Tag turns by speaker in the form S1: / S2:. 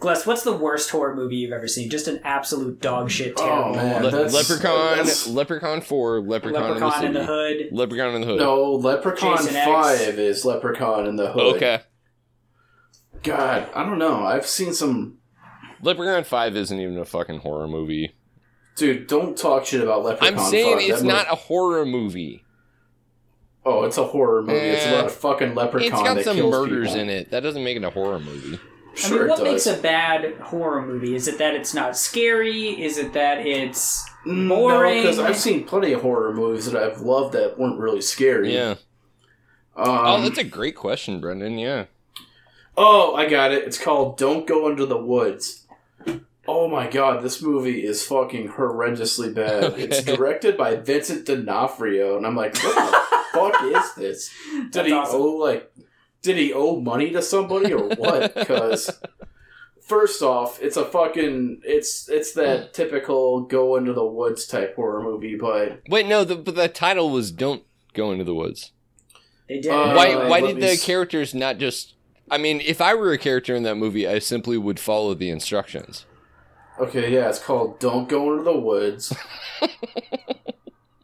S1: Gless, what's the worst horror movie you've ever seen? Just an absolute dog shit terrible.
S2: Oh, man.
S1: one.
S2: That's-
S3: Le- Leprechaun,
S2: that's-
S3: Leprechaun Four, Leprechaun,
S1: Leprechaun in the
S3: Hood.
S1: Hood.
S3: Leprechaun in the Hood.
S2: No, Leprechaun
S1: Jason X.
S2: Five is Leprechaun in the Hood.
S3: okay,
S2: God, I don't know. I've seen some.
S3: Leprechaun Five isn't even a fucking horror movie.
S2: Dude, don't talk shit about Leprechaun.
S3: I'm saying
S2: 5.
S3: it's
S2: That
S3: not a horror movie.
S2: movie- oh, it's a horror movie. it's
S3: Eh.
S2: about a fucking leprechaun
S3: It's got
S2: that
S3: some
S2: kills
S3: murders
S2: people.
S3: in it. That doesn't make it a horror movie.
S2: Sure,
S1: I mean, what
S2: it
S1: makes
S2: does.
S1: a bad horror movie? Is it that it's not scary? Is it that it's boring?
S2: because Mm, I've seen plenty of horror movies that I've loved that weren't really scary.
S3: Yeah.
S2: Um,
S3: oh, that's a great question, Brendan. Yeah.
S2: Oh, I got it. It's called Don't Go Into the Woods. Oh my god, this movie is fucking horrendously bad. It's
S3: Okay.
S2: directed by Vincent D'Onofrio, and I'm like, what the fuck is this? Did
S1: That's
S2: he
S1: awesome.
S2: owe like, did he owe money to somebody or what? Because first off, it's a fucking it's it's that typical go into the woods type horror movie, but
S3: Wait, no. The but the title was "Don't Go into the Woods."
S1: They did.
S2: Uh,
S3: Why? Why
S2: let
S3: did
S2: me
S3: the
S2: s-
S3: characters not just? I mean, if I were a character in that movie, I simply would follow the instructions.
S2: okay, yeah, it's called Don't Go Into the Woods.